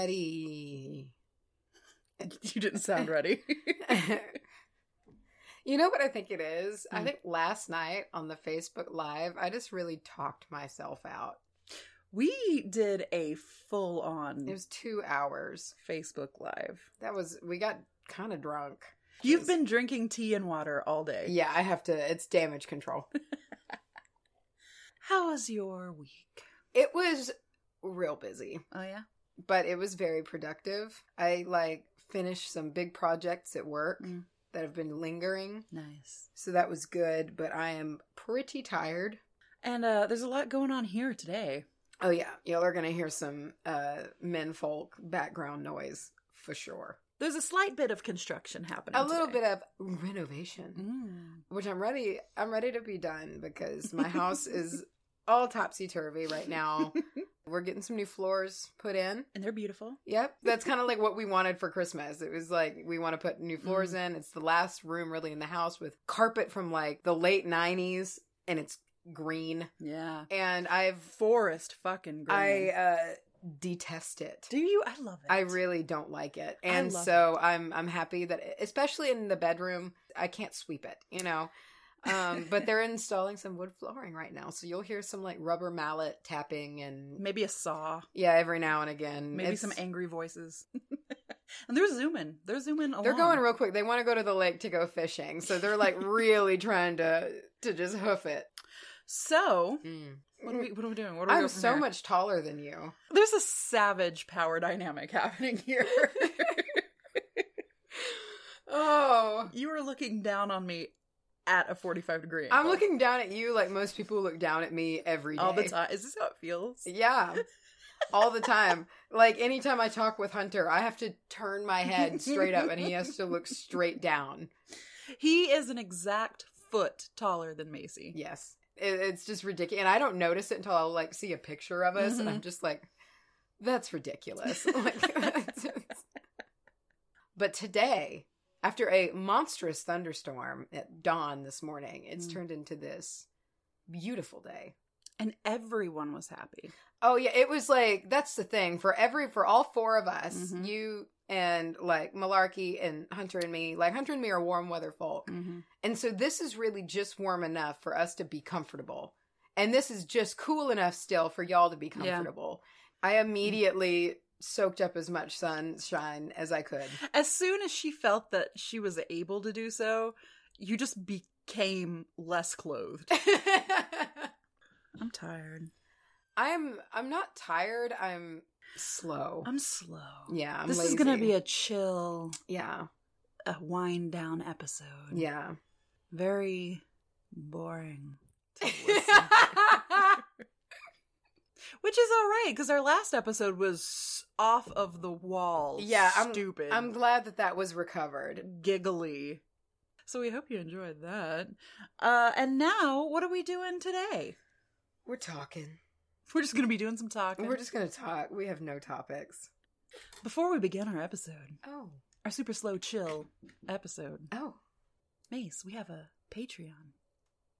ready. You didn't sound ready. you know what I think it is? I think last night on the Facebook Live, I just really talked myself out. we did a full on It was two hours. Facebook Live. That was, we got kind of drunk. You've been drinking tea and water all day. Yeah, I have to, it's damage control. How was your week? it was real busy. Oh, yeah. but it was very productive. I like finished some big projects at work Mm. that have been lingering. Nice. So that was good, but I am pretty tired. And uh, there's a lot going on here today. Oh yeah, y'all are gonna hear some uh men folk background noise for sure. There's a slight bit of construction happening. A little today. bit of renovation. Mm. Mm-hmm. Which I'm ready I'm ready to be done because my house is all topsy turvy right now. We're getting some new floors put in. And they're beautiful. Yep. That's kind of like what we wanted for Christmas. It was like we want to put new floors in. It's the last room really in the house with carpet from like the late 90s and it's green. Yeah. And I've Forest fucking green. I uh detest it. Do you? I love it. I really don't like it. I And love so I'm I'm happy that e, especially in the bedroom, I can't sweep it, you know. Um but they're installing some wood flooring right now. So you'll hear some like rubber mallet tapping and Maybe a saw. yeah, every now and again. Maybe Mm, It's- some angry voices. and they're zooming. They're zooming along. They're going real quick. They want to go to the lake to go fishing, so they're like really trying to to just hoof it. So, what are we, what are we doing? Mm. What are we I'm doing so here? much taller than you. There's a savage power dynamic happening here. Oh, you are looking down on me at a 45 degree angle. I'm looking down at you like most people look down at me every day. all the time. Is this how it feels? Yeah. All the time. Like anytime I talk with Hunter, I have to turn my head straight up and he has to look straight down. He is an exact foot taller than Macy. Yes. It, it's just ridiculous. And I don't notice it until I'll like see a picture of us and I'm just like, that's ridiculous. Like, but today, after a monstrous thunderstorm at dawn this morning, it's Mm. turned into this beautiful day. And everyone was happy. Oh yeah, it was like that's the thing for every for all four of us, Mhm. you and like Malarkey and Hunter and me. Like Hunter and me are warm weather folk, and so this is really just warm enough for us to be comfortable, and this is just cool enough still for y'all to be Yeah. comfortable. I immediately soaked up as much sunshine as I could. As soon as she felt that she was able to do so, you just became less clothed. I'm tired. I'm I'm not tired. I'm slow. I'm slow. yeah, I'm this is going to lazy. be a chill, yeah, a wind down episode. yeah. Very boring. to listen. Which is all right because our last episode was off of the wall. Yeah, I'm- stupid. I'm glad that that was recovered. giggly. So we hope you enjoyed that. Uh, and now, what are we doing today? We're talking. We're just going to be doing some talking. We're just going to talk. We have no topics. Before we begin our episode, Oh. our super slow chill episode, Oh. Mace, we have a Patreon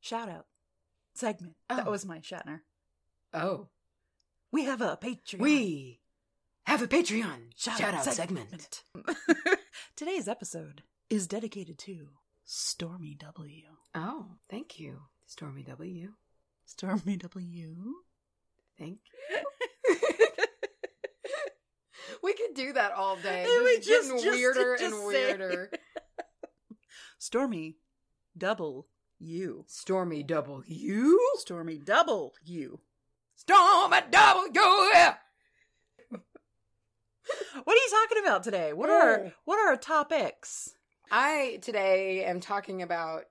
shout out segment. That Oh. was my Shatner. Oh. We have a Patreon. We have a Patreon Shout-out Today's episode is dedicated to Stormy W. Oh, thank you, Stormy W. Stormy W. Thank you. we could do that all day. It This is was just- getting just to weirder just and say. weirder. Stormy double U. Stormy W. Stormy double U. Stormy W. What are you talking about today? What are Oh. what are our topics? I today am talking about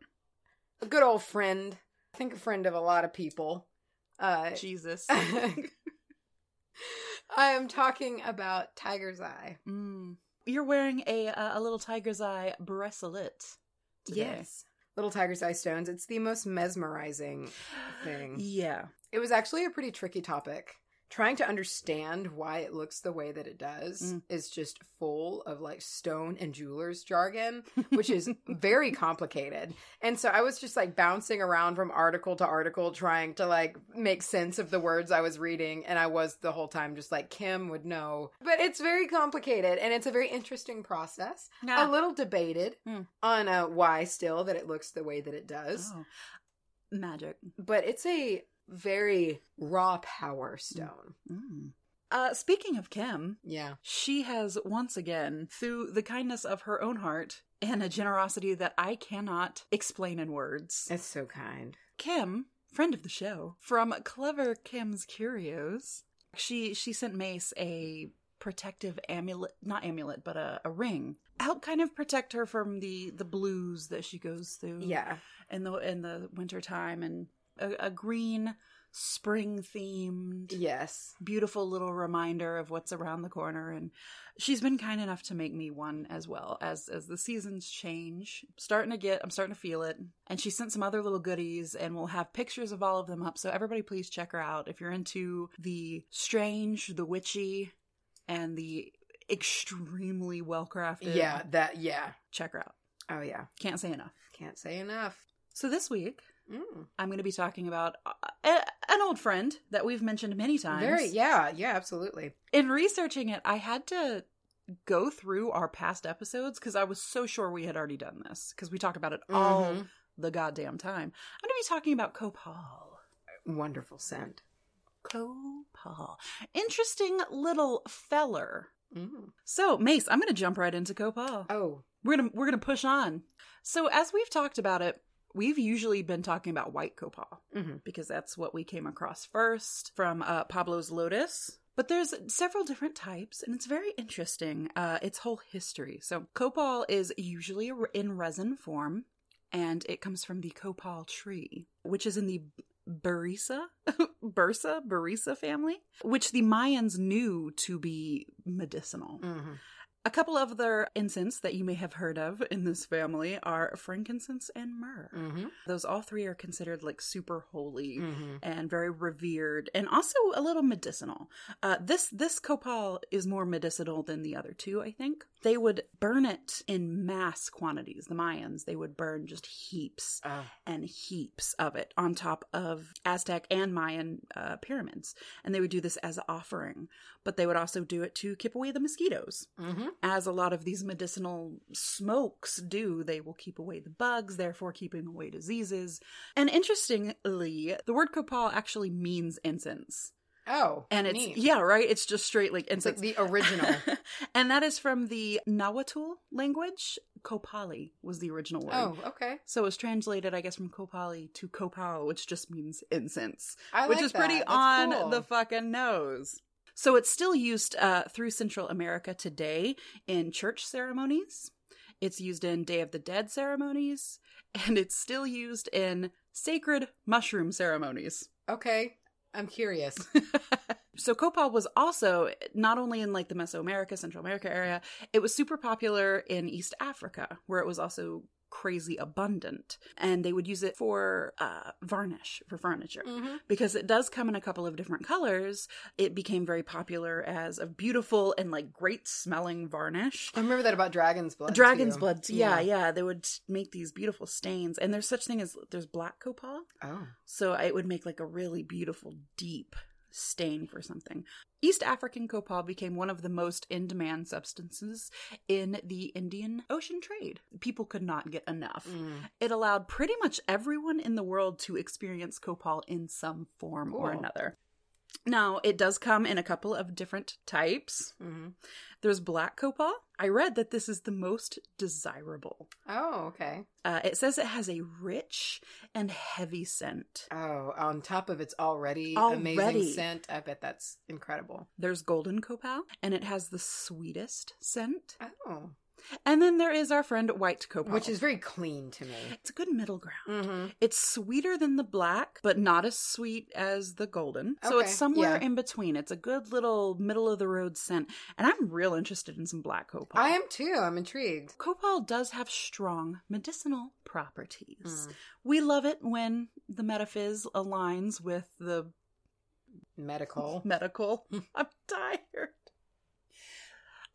a good old friend. I think a friend of a lot of people. Uh, Jesus. I am talking about Tiger's Eye. Mm. You're wearing a uh, a little tiger's eye bracelet. Today. Little Tiger's Eye Stones. It's the most mesmerizing thing. Yeah. It was actually a pretty tricky topic trying to understand why it looks the way that it does Mm. is just full of like stone and jeweler's jargon, which is very complicated. And so I was just like bouncing around from article to article trying to like make sense of the words I was reading. And I was the whole time just like, Kim would know. But it's very complicated and it's a very interesting process. A Yeah. little debated Hmm. on uh, why still that it looks the way that it does Oh. Magic. but it's a very raw power stone. Mm. Uh, speaking of Kim, Yeah. she has once again, through the kindness of her own heart and a generosity that I cannot explain in words, It's so kind. Kim, friend of the show, from Clever Kim's Curios, she she sent Mace a protective amulet, not amulet, but a, a ring. Help kind of protect her from the the blues that she goes through. Yeah. in the in the winter time, and a, a green spring themed Yes. beautiful little reminder of what's around the corner and she's been kind enough to make me one as well as as the seasons change starting to get i'm starting to feel it and she sent some other little goodies and we'll have pictures of all of them up so everybody please check her out if you're into the strange the witchy and the extremely well crafted Yeah. That, yeah. check her out Oh, yeah. can't say enough Can't say enough. so this week Mm. i'm going to be talking about uh, a, an old friend that we've mentioned many times Very, yeah. Yeah, absolutely. in researching it, I had to go through our past episodes because I was so sure we had already done this because we talk about it all Mhm. the goddamn time. I'm going to be talking about Copal. Wonderful scent. Copal. Interesting little feller. Mm. So, Mace, I'm going to jump right into Copal. Oh, We're going to we're going to push on. So, as we've talked about it, we've usually been talking about white Copal Mhm. because that's what we came across first from uh, Pablo's Lotus. But there's several different types, and it's very interesting. Uh, its whole history. So copal is usually re- in resin form, and it comes from the copal tree, which is in the Barisa, Bursa, Barisa family, which the Mayans knew to be medicinal. Mhm. A couple of other incense that you may have heard of in this family are frankincense and myrrh. Mhm. Those all three are considered like super holy Mhm. and very revered and also a little medicinal. Uh, this this copal is more medicinal than the other two, I think. They would burn it in mass quantities. The Mayans, they would burn just heaps Oh. and heaps of it on top of Aztec and Mayan uh, pyramids. And they would do this as an offering, but they would also do it to keep away the mosquitoes Mhm. as a lot of these medicinal smokes do, they will keep away the bugs, therefore keeping away diseases. And interestingly, the word copal actually means incense. Oh. And it's, neat. yeah, right? It's just straight like It's like incense. the original. and that is from the Nahuatl language. Copali was the original word. oh, okay. So it was translated, I guess, from Copali to Copal, which just means incense I which like is pretty that. That's on cool. the fucking nose. So it's still used uh, through Central America today in church ceremonies. It's used in Day of the Dead ceremonies, and it's still used in sacred mushroom ceremonies. Okay. I'm curious. so copal was also not only in like the Mesoamerica, Central America area, it was super popular in East Africa, where it was also crazy abundant, and they would use it for uh, varnish for furniture Mhm. because it does come in a couple of different colors. It became very popular as a beautiful and like great smelling varnish. I remember that about dragon's blood. Dragon's too. blood, yeah, yeah, They would make these beautiful stains, and there's such thing as there's black copal, Oh. so it would make like a really beautiful deep stain for something. East African copal became one of the most in demand substances in the Indian Ocean trade. People could not get enough. Mm. It allowed pretty much everyone in the world to experience Copal in some form or Cool. another. Now, it does come in a couple of different types. Mhm. There's black Copal. I read that this is the most desirable. Oh, okay. Uh, it says it has a rich and heavy scent. Oh, on top of its already, Already. amazing scent, I bet that's incredible. There's golden Copal, and it has the sweetest scent. Oh, And then there is our friend white Copal, which is very clean to me. it's a good middle ground. Mm-hmm. It's sweeter than the black, but not as sweet as the golden. So Okay, it's somewhere yeah. in between. It's a good little middle of the road scent. And I'm real interested in some black copal. I am too. I'm intrigued. Copal does have strong medicinal properties. Mm. We love it when the metaphys aligns with the Mm. Medical. medical. I'm tired.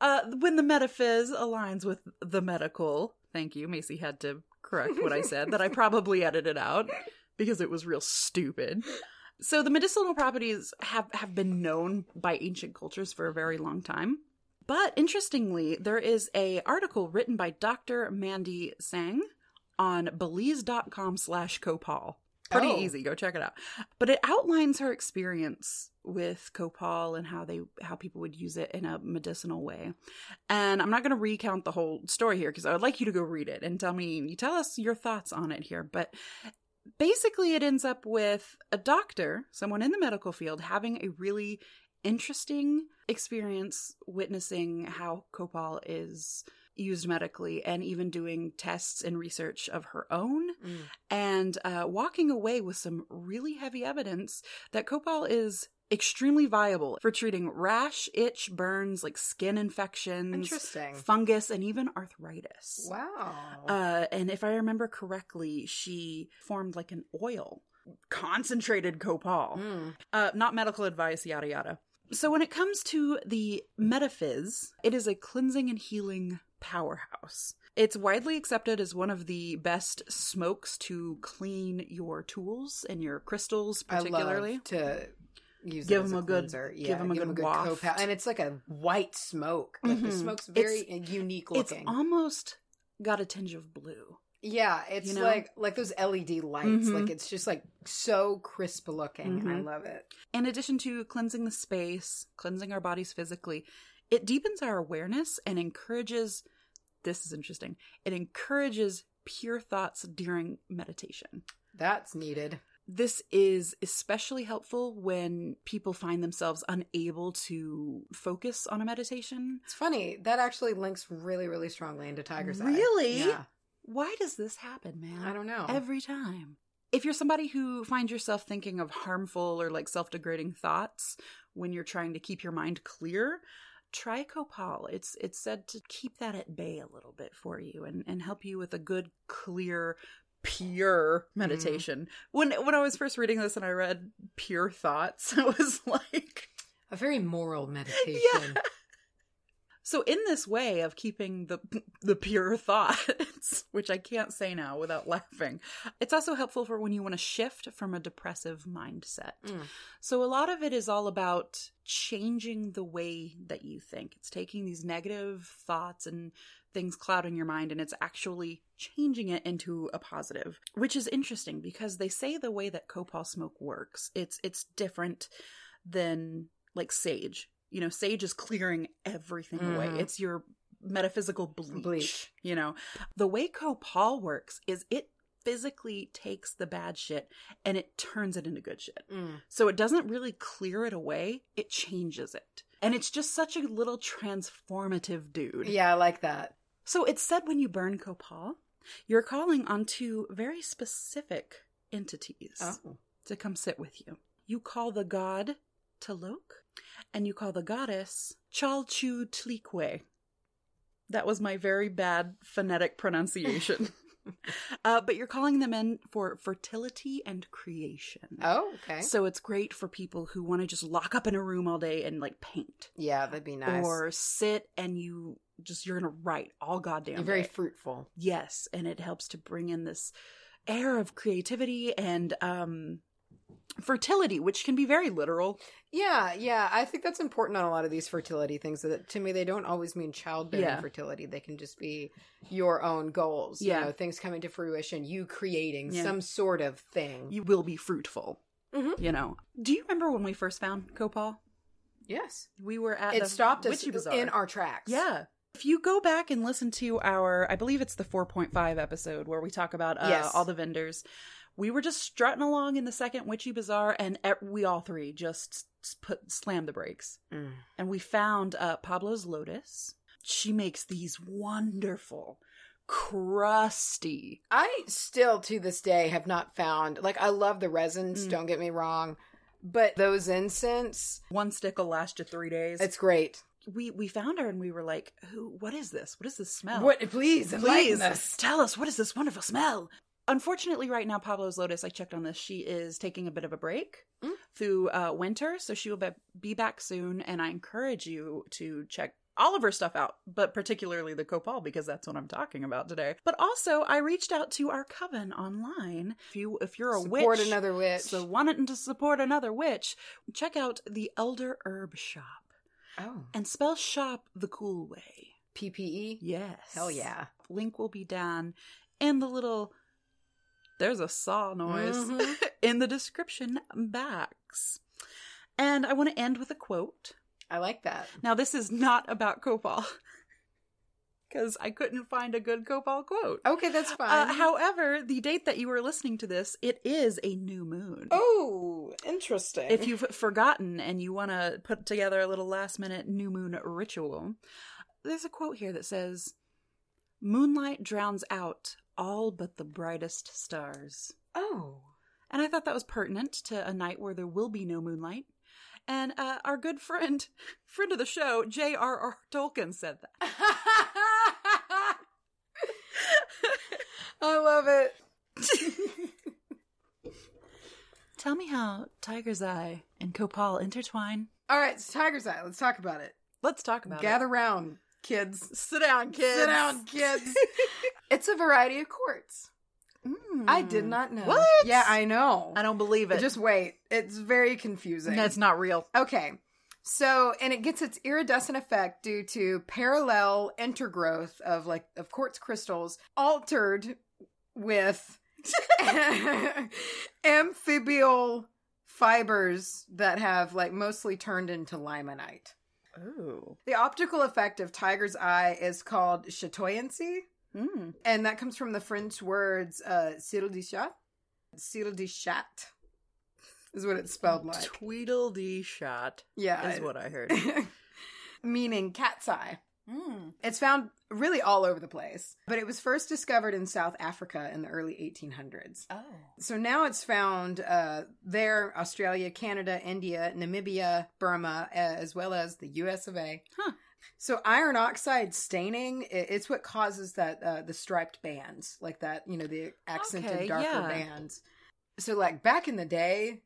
Uh, when the metaphys aligns with the medical, thank you. Macy had to correct what I said that I probably edited out because it was real stupid. So the medicinal properties have, have been known by ancient cultures for a very long time. But interestingly, there is a article written by Dr. Mandy Sang on Belize.com slash Copal. Pretty Oh. easy. Go check it out. But it outlines her experience with Copal and how they how people would use it in a medicinal way. And I'm not going to recount the whole story here because I would like you to go read it and tell me you tell us your thoughts on it here. But basically, it ends up with a doctor, someone in the medical field, having a really interesting experience witnessing how Copal is used medically and even doing tests and research of her own Mm. and uh, walking away with some really heavy evidence that copal is extremely viable for treating rash, itch, burns, like skin infections, Interesting. fungus, and even arthritis. Wow. Uh, and if I remember correctly, she formed like an oil, concentrated copal Mm. uh, not medical advice, yada yada. So when it comes to the metaphys, it is a cleansing and healing powerhouse. It's widely accepted as one of the best smokes to clean your tools and your crystals, I particularly. love to use Give it as them a, a good- cleanser. Yeah, give them a good waft. copa- and it's like a white smoke. Like the Mhm. smoke's very uh, It's- unique It's looking. almost got a tinge of blue. yeah, it's you know? like like those LED lights. Mhm. Like it's just like so crisp looking. I Mhm. love it. In addition to cleansing the space, cleansing our bodies physically, it deepens our awareness and encourages this is interesting. It encourages pure thoughts during meditation. That's needed. This is especially helpful when people find themselves unable to focus on a meditation. It's funny that actually links really, really strongly into Tiger's Eye. Really? Yeah. Why does this happen, man? I don't know. Every time. If you're somebody who finds yourself thinking of harmful or like self degrading thoughts when you're trying to keep your mind clear, try Copal. It's it's said to keep that at bay a little bit for you and, and help you with a good, clear, pure Mm-hmm. meditation. When when I was first reading this and I read pure thoughts, I was like a very moral meditation. So in this way of keeping the the pure thoughts, which I can't say now without laughing, it's also helpful for when you want to shift from a depressive mindset. Mm. So a lot of it is all about changing the way that you think. It's taking these negative thoughts and things clouding your mind and it's actually changing it into a positive, which is interesting because they say the way that copal smoke works, it's it's different than like sage. You know, sage is clearing everything Mhm. away. It's your metaphysical bleach, Bleach. You know, the way Copal works is it physically takes the bad shit and it turns it into good shit. Mm. So it doesn't really clear it away, it changes it. And it's just such a little transformative dude. Yeah, I like that. So it's said when you burn Copal, you're calling on two very specific entities Oh. to come sit with you. You call the god Talok, and you call the goddess Chalchu Tlikwe. That was my very bad phonetic pronunciation. uh, but you're calling them in for fertility and creation. Oh, okay. So it's great for people who want to just lock up in a room all day and like paint. yeah, that'd be nice. Or sit and you just, you're going to write all goddamn You're very day. fruitful. Yes, and it helps to bring in this air of creativity and um fertility, which can be very literal. Yeah, yeah. I think that's important on a lot of these fertility things. That to me, they don't always mean childbearing Yeah. fertility. They can just be your own goals. Yeah. You know, things coming to fruition. You creating Yeah. some sort of thing. You will be fruitful. Mhm. You know. Do you remember when we first found Copal? yes, We were at it the stopped us Witchy Bazaar. in our tracks. Yeah. If you go back and listen to our, I believe it's the 4.5 episode where we talk about uh, Yes. all the vendors, we were just strutting along in the second Witchy Bazaar, and e- we all three just s- put slammed the brakes. Mm. and we found uh, Pablo's Lotus. She makes these wonderful, crusty. I still to this day have not found like I love the resins. Mm. Don't get me wrong, but those incense, One stick will last you three days. it's great. we we found her and we were like, "Who? What is this? What is this smell? What? Please, enlighten Please us. tell us what is this wonderful smell?" Unfortunately, right now, Pablo's Lotus, I checked on this, she is taking a bit of a break Mm. through uh, winter, so she will be, be back soon. And I encourage you to check all of her stuff out, but particularly the Copal, because that's what I'm talking about today. But also, I reached out to our coven online. If, you, if you're a Support witch, another witch. so wanting to support another witch, check out the Elder Herb Shop oh, and spell shop the cool way. PPE. Yes. E? Hell yeah. Link will be down in the little there's a saw noise Mhm. in the description box. And I want to end with a quote. I like that. Now this is not about Copal because I couldn't find a good Copal quote. Okay, that's Oh, fine. Uh, however, the date that you are listening to this, it is a new moon. oh, interesting. If you've forgotten and you want to put together a little last minute new moon ritual, there's a quote here that says, Moonlight drowns out all but the brightest stars. oh, And I thought that was pertinent to a night where there will be no moonlight. And uh, our good friend, friend of the show, J.R.R. Tolkien said that. I love it. Tell me how Tiger's Eye and Copal intertwine. All right, so Tiger's Eye. Let's talk about it. Let's talk about Gather round, kids. it. Sit down, kids. Sit down, kids. it's a variety of quartz. Mm. I did not know. What? Yeah, I know. I don't believe it. Just wait. It's very confusing. That's not real. Okay. So, and it gets its iridescent effect due to parallel intergrowth of like of quartz crystals altered with amphibial fibers that have like mostly turned into limonite. Ooh. The optical effect of tiger's eye is called chatoyancy, Mm. and that comes from the French words uh cil de chat. Cil de chat is what it's spelled like. Tweedledee shot Yeah. is it- what I heard. meaning cat's eye. mm. It's found really all over the place, but it was first discovered in South Africa in the early 1800s. Oh. So now it's found uh, there, Australia, Canada, India, Namibia, Burma, uh, as well as the U.S. of A. Huh. So iron oxide staining, i- it's what causes that uh, the striped bands, like that, you know, the accented Okay, darker yeah. bands. So like back in the day,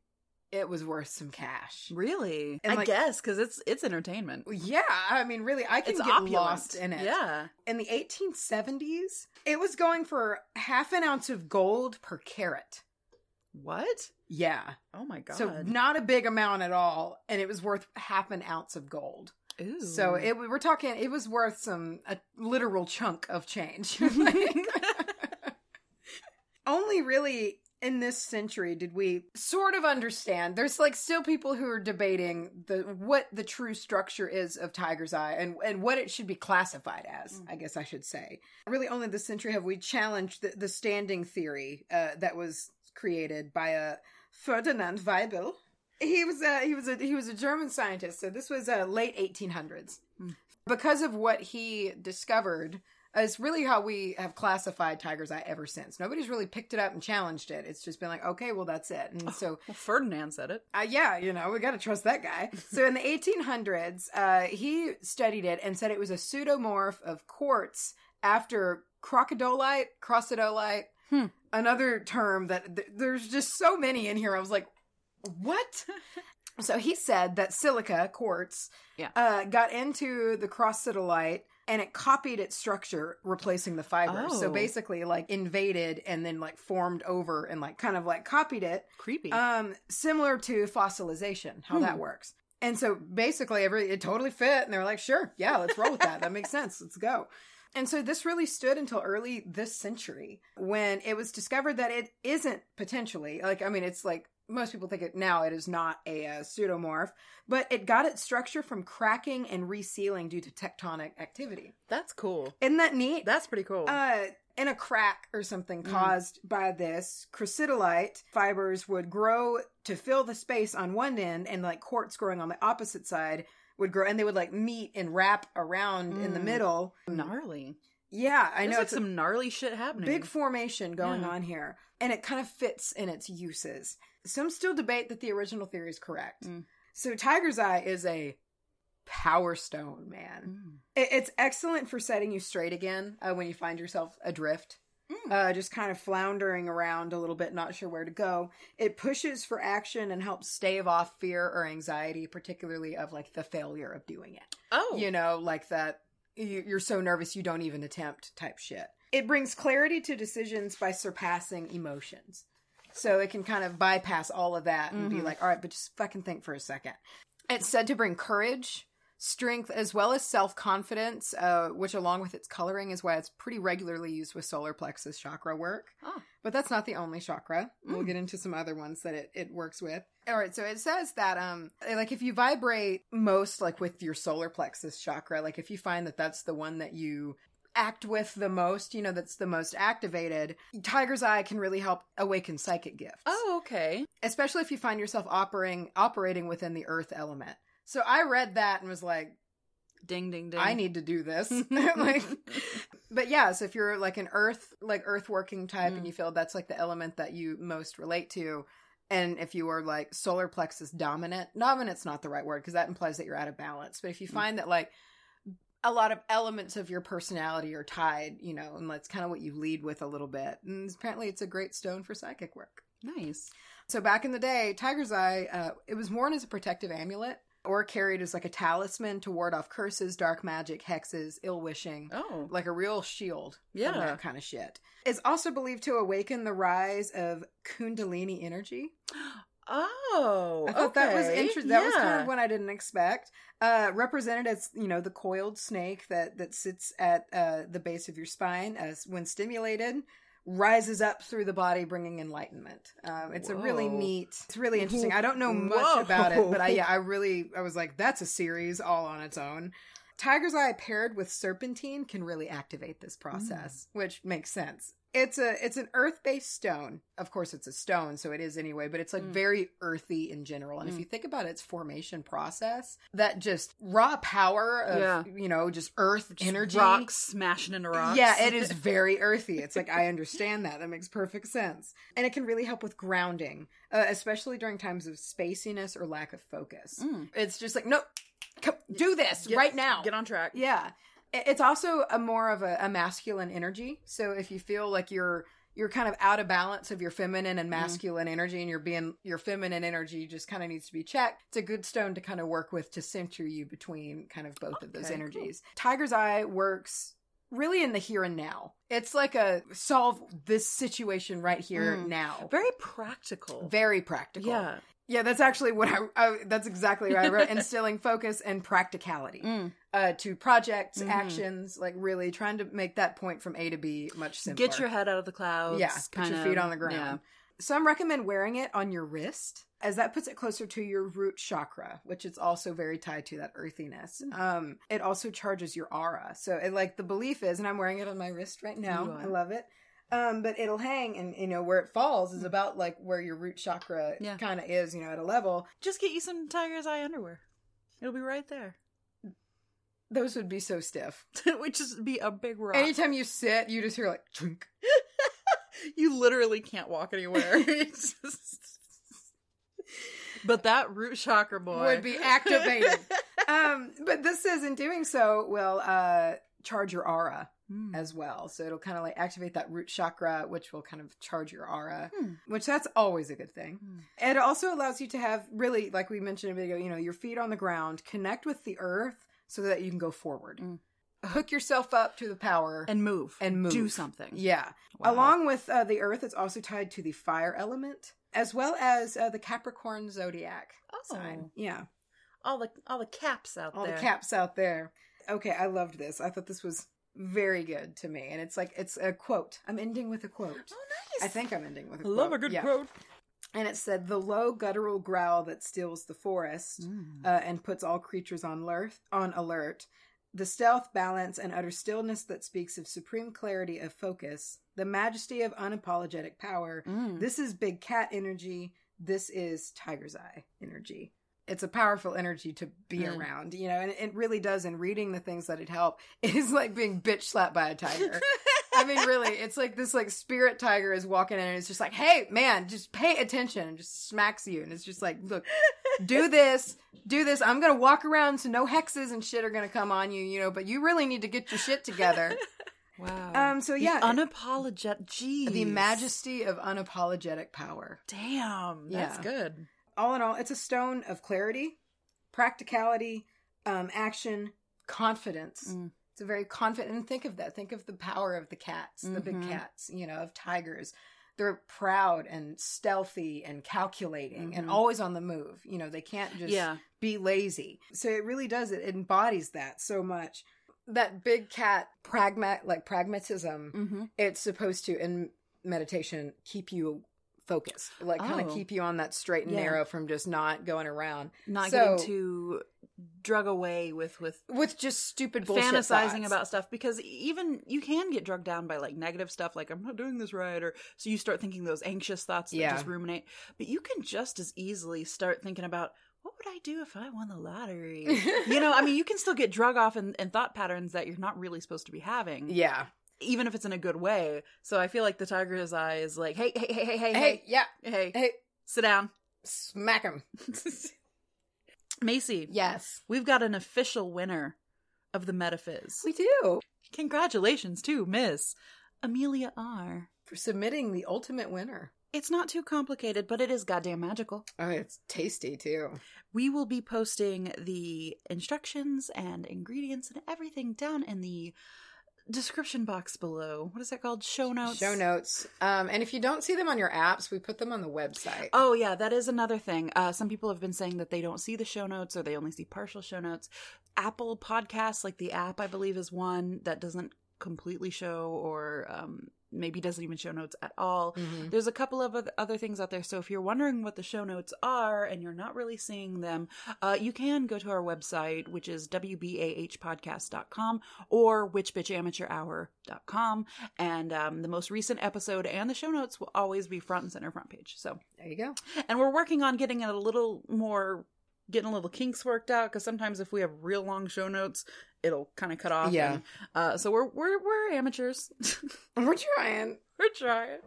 it was worth some cash. Really? And I like- guess because it's it's entertainment. Yeah, I mean, really, I can It's get opulent. lost in it. Yeah. In the 1870s, it was going for half an ounce of gold per carat. What? Yeah. Oh my god. So not a big amount at all, and it was worth half an ounce of gold. Ooh. So it we're talking it was worth some a literal chunk of change. Only really in this century did we sort of understand. There's like still people who are debating the what the true structure is of Tiger's Eye and and what it should be classified as. Mm. I guess I should say. Really, only this century have we challenged the, the standing theory uh, that was created by a Ferdinand Weibel. He was a he was a he was a German scientist. So this was uh, late 1800s. Hmm. Because of what he discovered, is really how we have classified tiger's eye ever since. Nobody's really picked it up and challenged it. It's just been like, okay, well that's it. And so Well, Ferdinand said it. uh, yeah, you know, we got to trust that guy. So in the 1800s, uh, he studied it and said it was a pseudomorph of quartz after crocodolite, crocodolite, Hmm. another term that th- there's just so many in here. I was like, what? so he said that silica, quartz, Yeah. uh, got into the crocodolite and it copied its structure, replacing the fibers. So Oh. basically, like, invaded and then, like, formed over and, like, kind of, like, copied it. Creepy. Um, similar to fossilization, how Hmm. that works. And so basically, every it totally fit, and they were like, "Sure, yeah, let's roll with that. That makes sense. Let's go." And so this really stood until early this century when it was discovered that it isn't potentially like I mean, it's like most people think it now it is not a, uh pseudomorph, but it got its structure from cracking and resealing due to tectonic activity. That's cool. Isn't that neat? That's pretty cool. uh in a crack or something Mm. caused by this chrysidolite fibers would grow to fill the space on one end and like quartz growing on the opposite side would grow and they would like meet and wrap around in the Mm. middle gnarly. yeah i There's, know like it's a some gnarly shit happening. big formation going Yeah. on here and it kind of fits in its uses some still debate that the original theory is correct Mm. so tiger's eye is a power stone man Mm. it, it's excellent for setting you straight again uh, when you find yourself adrift Mm. uh, just kind of floundering around a little bit, not sure where to go. It pushes for action and helps stave off fear or anxiety, particularly of like the failure of doing it. oh, You know, like that you- you're so nervous you don't even attempt type shit. It brings clarity to decisions by surpassing emotions. So it can kind of bypass all of that and be Mhm. like, all right, but just fucking think for a second. It's said to bring courage, strength, as well as self confidence, uh, which, along with its coloring, is why it's pretty regularly used with solar plexus chakra work. Ah. But that's not the only chakra. We'll Mm. get into some other ones that it, it works with. All right, so it says that um like if you vibrate most like with your solar plexus chakra, like if you find that that's the one that you act with the most, you know, that's the most activated, tiger's eye can really help awaken psychic gifts oh, okay. especially if you find yourself operating operating within the earth element. So I read that and was like, Ding, ding, ding. I need to do this. like but yeah, so if you're like an earth like earth working type Mm. and you feel that's like the element that you most relate to and if you are like solar plexus dominant, dominant's not the right word because that implies that you're out of balance. But if you Mm. find that like a lot of elements of your personality are tied, you know, and that's kind of what you lead with a little bit. And apparently it's a great stone for psychic work. nice. So back in the day, tiger's eye, uh, it was worn as a protective amulet or carried as like a talisman to ward off curses, dark magic, hexes, ill wishing, Oh, like a real shield from yeah. that kind of shit. It's also believed to awaken the rise of kundalini energy. Oh, I thought that was okay. interesting. That was kind Yeah. of one I didn't expect. Uh, represented as you know the coiled snake that that sits at uh, the base of your spine as when stimulated rises up through the body, bringing enlightenment. Um, it's a really Whoa. neat. It's really interesting. I don't know much Whoa. about it, but I yeah, I really I was like that's a series all on its own. Tiger's Eye paired with serpentine can really activate this process, which makes sense. It's a it's an earth-based stone. Of course it's a stone, so it is anyway, but it's like Mm. very earthy in general. And Mm. if you think about its formation process, that just raw power of, Yeah. you know, just earth Just energy rocks smashing into rocks. yeah, it is very earthy. It's like I understand that. That makes perfect sense, and it can really help with grounding, uh, especially during times of spaciness or lack of focus. Mm. It's just like no, come, do this Get- right now. Get on track. Yeah, I- it's also a more of a, a masculine energy. So if you feel like you're you're kind of out of balance of your feminine Mm-hmm. and masculine energy, and you're being your feminine energy just kind of needs to be checked. It's a good stone to kind of work with to center you between kind of both of those Okay, cool. energies. Tiger's Eye works really in the here and now. It's like a solve this situation right here Mm. now. Very practical. Very practical. Yeah. yeah. That's actually what I. I that's exactly what I wrote. Instilling focus and practicality Mm. uh, to projects, Mhm. actions, like really trying to make that point from A to B much simpler. Get your head out of the clouds. yeah, put kind your feet of, on the ground. yeah. Some recommend wearing it on your wrist, as that puts it closer to your root chakra, which is also very tied to that earthiness. Mm. Um, it also charges your aura, so it, like the belief is, and I'm wearing it on my wrist right You now. are. I love it. Um, but it'll hang, and you know where it falls is Mm. about like where your root chakra Yeah. kind of is, you know, at a level. Just get you some tiger's eye underwear. It'll be right there, Those would be so stiff. which is be a big rock. Anytime you sit, you just hear like chunk. you literally can't walk anywhere. It's just- But that root chakra boy Would be activated. um, but this says in doing so will uh, charge your aura Mm. as well. So it'll kind of like activate that root chakra, which will kind of charge your aura, Hmm. which that's always a good thing. Hmm. It also allows you to have really, like we mentioned a minute ago, you know, your feet on the ground, connect with the earth so that you can go forward. Mm. Hook yourself up to the power. and move And move. Do something. yeah. Wow. Along with uh, the earth, it's also tied to the fire element, as well as uh, the Capricorn zodiac oh, sign. Yeah. all the all the caps out all there. the caps out there. Okay, I loved this. I thought this was very good to me, and it's like it's a quote. I'm ending with a quote. Oh, nice. I think I'm ending with a I quote. love a good Yeah. quote. And it said, "The low guttural growl that steals the forest Mm. uh, and puts all creatures on alert, on alert, the stealth, balance, and utter stillness that speaks of supreme clarity of focus, the majesty of unapologetic power, Mm. this is big cat energy. This is tiger's eye energy. It's a powerful energy to be Mm. around, you know, and it really does. And reading the things that it help is like being bitch slapped by a tiger. I mean, really, it's like this like spirit tiger is walking in and it's just like, hey, man, just pay attention and just smacks you. And it's just like, look, do this, do this. I'm going to walk around so no hexes and shit are going to come on you, you know, but you really need to get your shit together. Wow. Um, so The yeah, Unapologetic. Jeez. the majesty of unapologetic power. Damn. That's Yeah. good. All in all, it's a stone of clarity, practicality, um, action, confidence. Mm. It's a very confident. And think of that. Think of the power of the cats, the big Mhm. cats. You know, of tigers. They're proud and stealthy and calculating and Mhm. always on the move. You know, they can't just yeah. be lazy. So it really does. It embodies that so much. That big cat pragmat like pragmatism. Mm-hmm. it's supposed to in meditation keep you focused like kind Oh. of keep you on that straight and Yeah. narrow from just not going around Not So- getting too drug away with with with just stupid bullshit fantasizing thoughts. about stuff because e, even you can get drugged down by like negative stuff like i'm not doing this right or so you start thinking those anxious thoughts that Yeah. just ruminate but you can just as easily start thinking about what would i do if i won the lottery you know i mean you can still get drug off and, and thought patterns that you're not really supposed to be having yeah even if it's in a good way so i feel like the tiger's eye is like hey hey hey hey hey, hey hey yeah hey, hey sit down smack him macy yes we've got an official winner of the metaphysics we do Congratulations too, Miss Amelia R. for submitting the ultimate winner It's not too complicated, but it is goddamn magical. oh it's tasty too We will be posting the instructions and ingredients and everything down in the description box below. What is that called? Show notes. show notes um and if you don't see them on your apps we put them on the website Oh yeah, that is another thing. Uh, some people have been saying that they don't see the show notes or they only see partial show notes. Apple Podcasts, like the app, I believe, is one that doesn't completely show or um, maybe doesn't even show notes at all. Mhm. There's a couple of oth- other things out there. So if you're wondering what the show notes are and you're not really seeing them, uh, you can go to our website, which is wbahpodcast.com or witchbitchamateurhour.com. And um, the most recent episode and the show notes will always be front and center front page. So, there you go and we're working on getting it a little more, getting a little kinks worked out because sometimes if we have real long show notes, it'll kind of cut off. Yeah. And, uh, so we're, we're, we're amateurs. we're trying we're trying.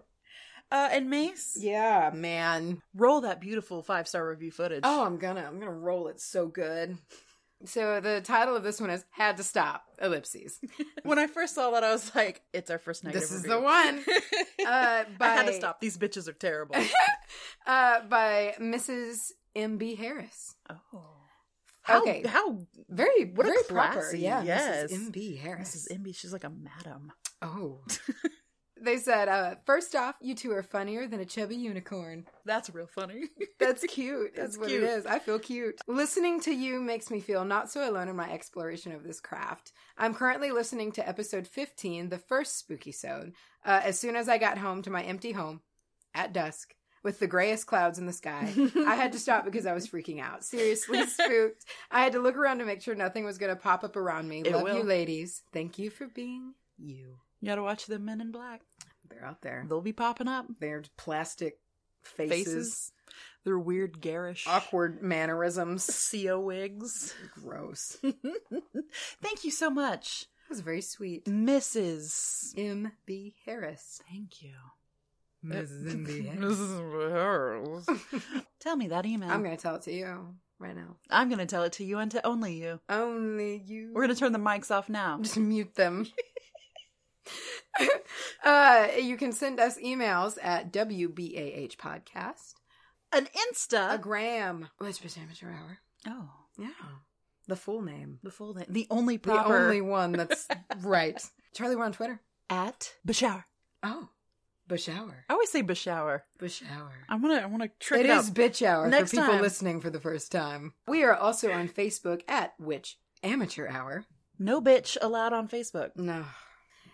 Uh, and Mace? yeah man roll that beautiful five star review footage. Oh, I'm gonna I'm gonna roll it so good. So the title of this one is "Had to Stop." Ellipses. when I first saw that, I was like, "It's our first negative." This is review. the one. Uh, by, I had to stop. These bitches are terrible. Uh, by Mrs. M. B. Harris. oh, how, Okay. How Very What a very proper. classy- Yeah. yes. Mrs. M. B. Harris. Mrs. Imby? She's like a madam. oh. They said, uh, first off, you two are funnier than a chubby unicorn. That's real funny. That's cute. That's That's what cute. it is. I feel cute. Listening to you makes me feel not so alone in my exploration of this craft. I'm currently listening to episode 15, the first spooky sode, uh, as soon as I got home to my empty home at dusk with the grayest clouds in the sky. I had to stop because I was freaking out. Seriously spooked. I had to look around to make sure nothing was going to pop up around me. It Love will. you, ladies. Thank you for being you. You gotta watch the Men in Black. They're out there. They'll be popping up. They're plastic Faces. faces. They're weird, garish, awkward mannerisms. CO wigs. Gross. Thank you so much, That was very sweet. Mrs. M. B. Harris. Uh, Thank you, Harris. Mrs. Harris. Tell me that email. I'm gonna tell it to you right now. I'm going to tell it to you and to only you. Only you. We're going to turn the mics off now. just mute them. uh, you can send us emails at WBAH podcast. An A Insta. gram. Which was amateur hour. oh, Yeah. The full name. the full name. The only The proper. only one that's right. Charlie, we're on Twitter. At Bashower. Oh. Bush hour. I always say Bashower. Bush hour. I want to I want to trick It it, is up. bitch hour Next for people time. listening for the first time. We are also on Facebook at Witch Amateur Hour. No bitch allowed on Facebook. No.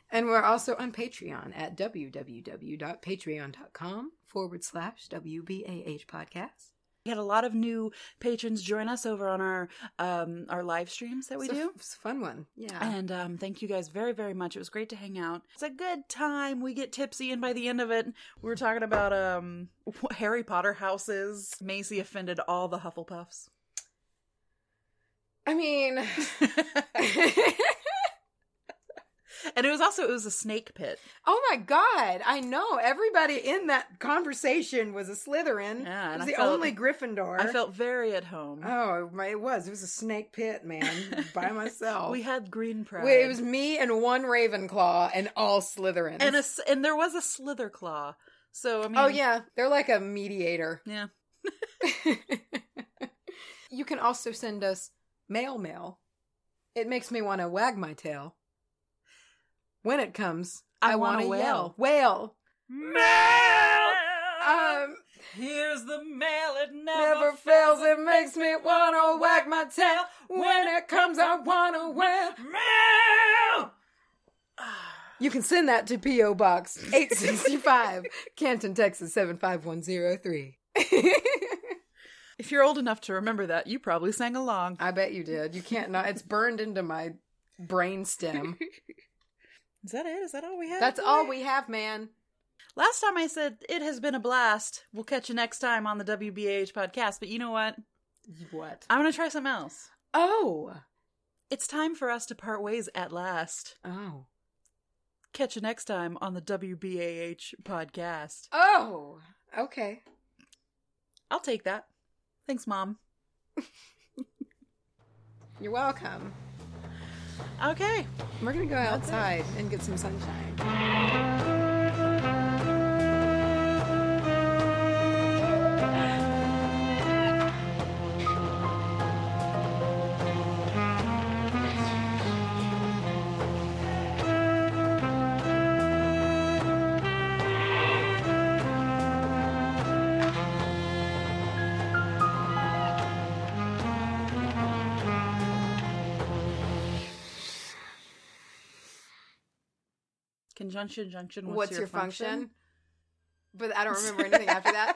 And we're also on Patreon at www.patreon.com forward slash WBAH podcast. We had a lot of new patrons join us over on our um our live streams that we It's a- do. It's a fun one. Uh, Yeah. And um, thank you guys very, very much. It was great to hang out. It's a good time. We get tipsy, and by the end of it, we were talking about um, Harry Potter houses. Macy offended all the Hufflepuffs. I mean, And it was also it was a snake pit. Oh my god! I know everybody in that conversation was a Slytherin. Yeah, it and was I the felt- only Gryffindor. I felt very at home. Oh, my- it was. It was a snake pit, man, by myself. we had green pride. Oh. Wait, it was me and one Ravenclaw and all Slytherins. and a s and there was a slither claw. So I mean, oh yeah, they're like a mediator. yeah. you can also send us mail mail. It makes me want to wag my tail. When it comes, I, I want to wanna yell, wail. Um, Here's the mail. It never fails. It makes me want to wag my tail. When it comes, I want to wail. mail. You can send that to P.O. Box 865, Canton, Texas 75103. If you're old enough to remember that, you probably sang along. I bet you did. You can't not. It's burned into my brain stem. Is that it? Is that all we have? That's today? all we have, man. Last time I said it has been a blast. We'll catch you next time on the WBAH podcast. But you know what? What? I'm gonna try something else. Oh. It's time for us to part ways at last. Oh. Catch you next time on the WBAH podcast. Oh. Okay. I'll take that. Thanks, Mom. You're welcome. Okay. We're going to go outside and get some sunshine. Conjunction junction. What's, What's, your, function? But I don't remember anything after that.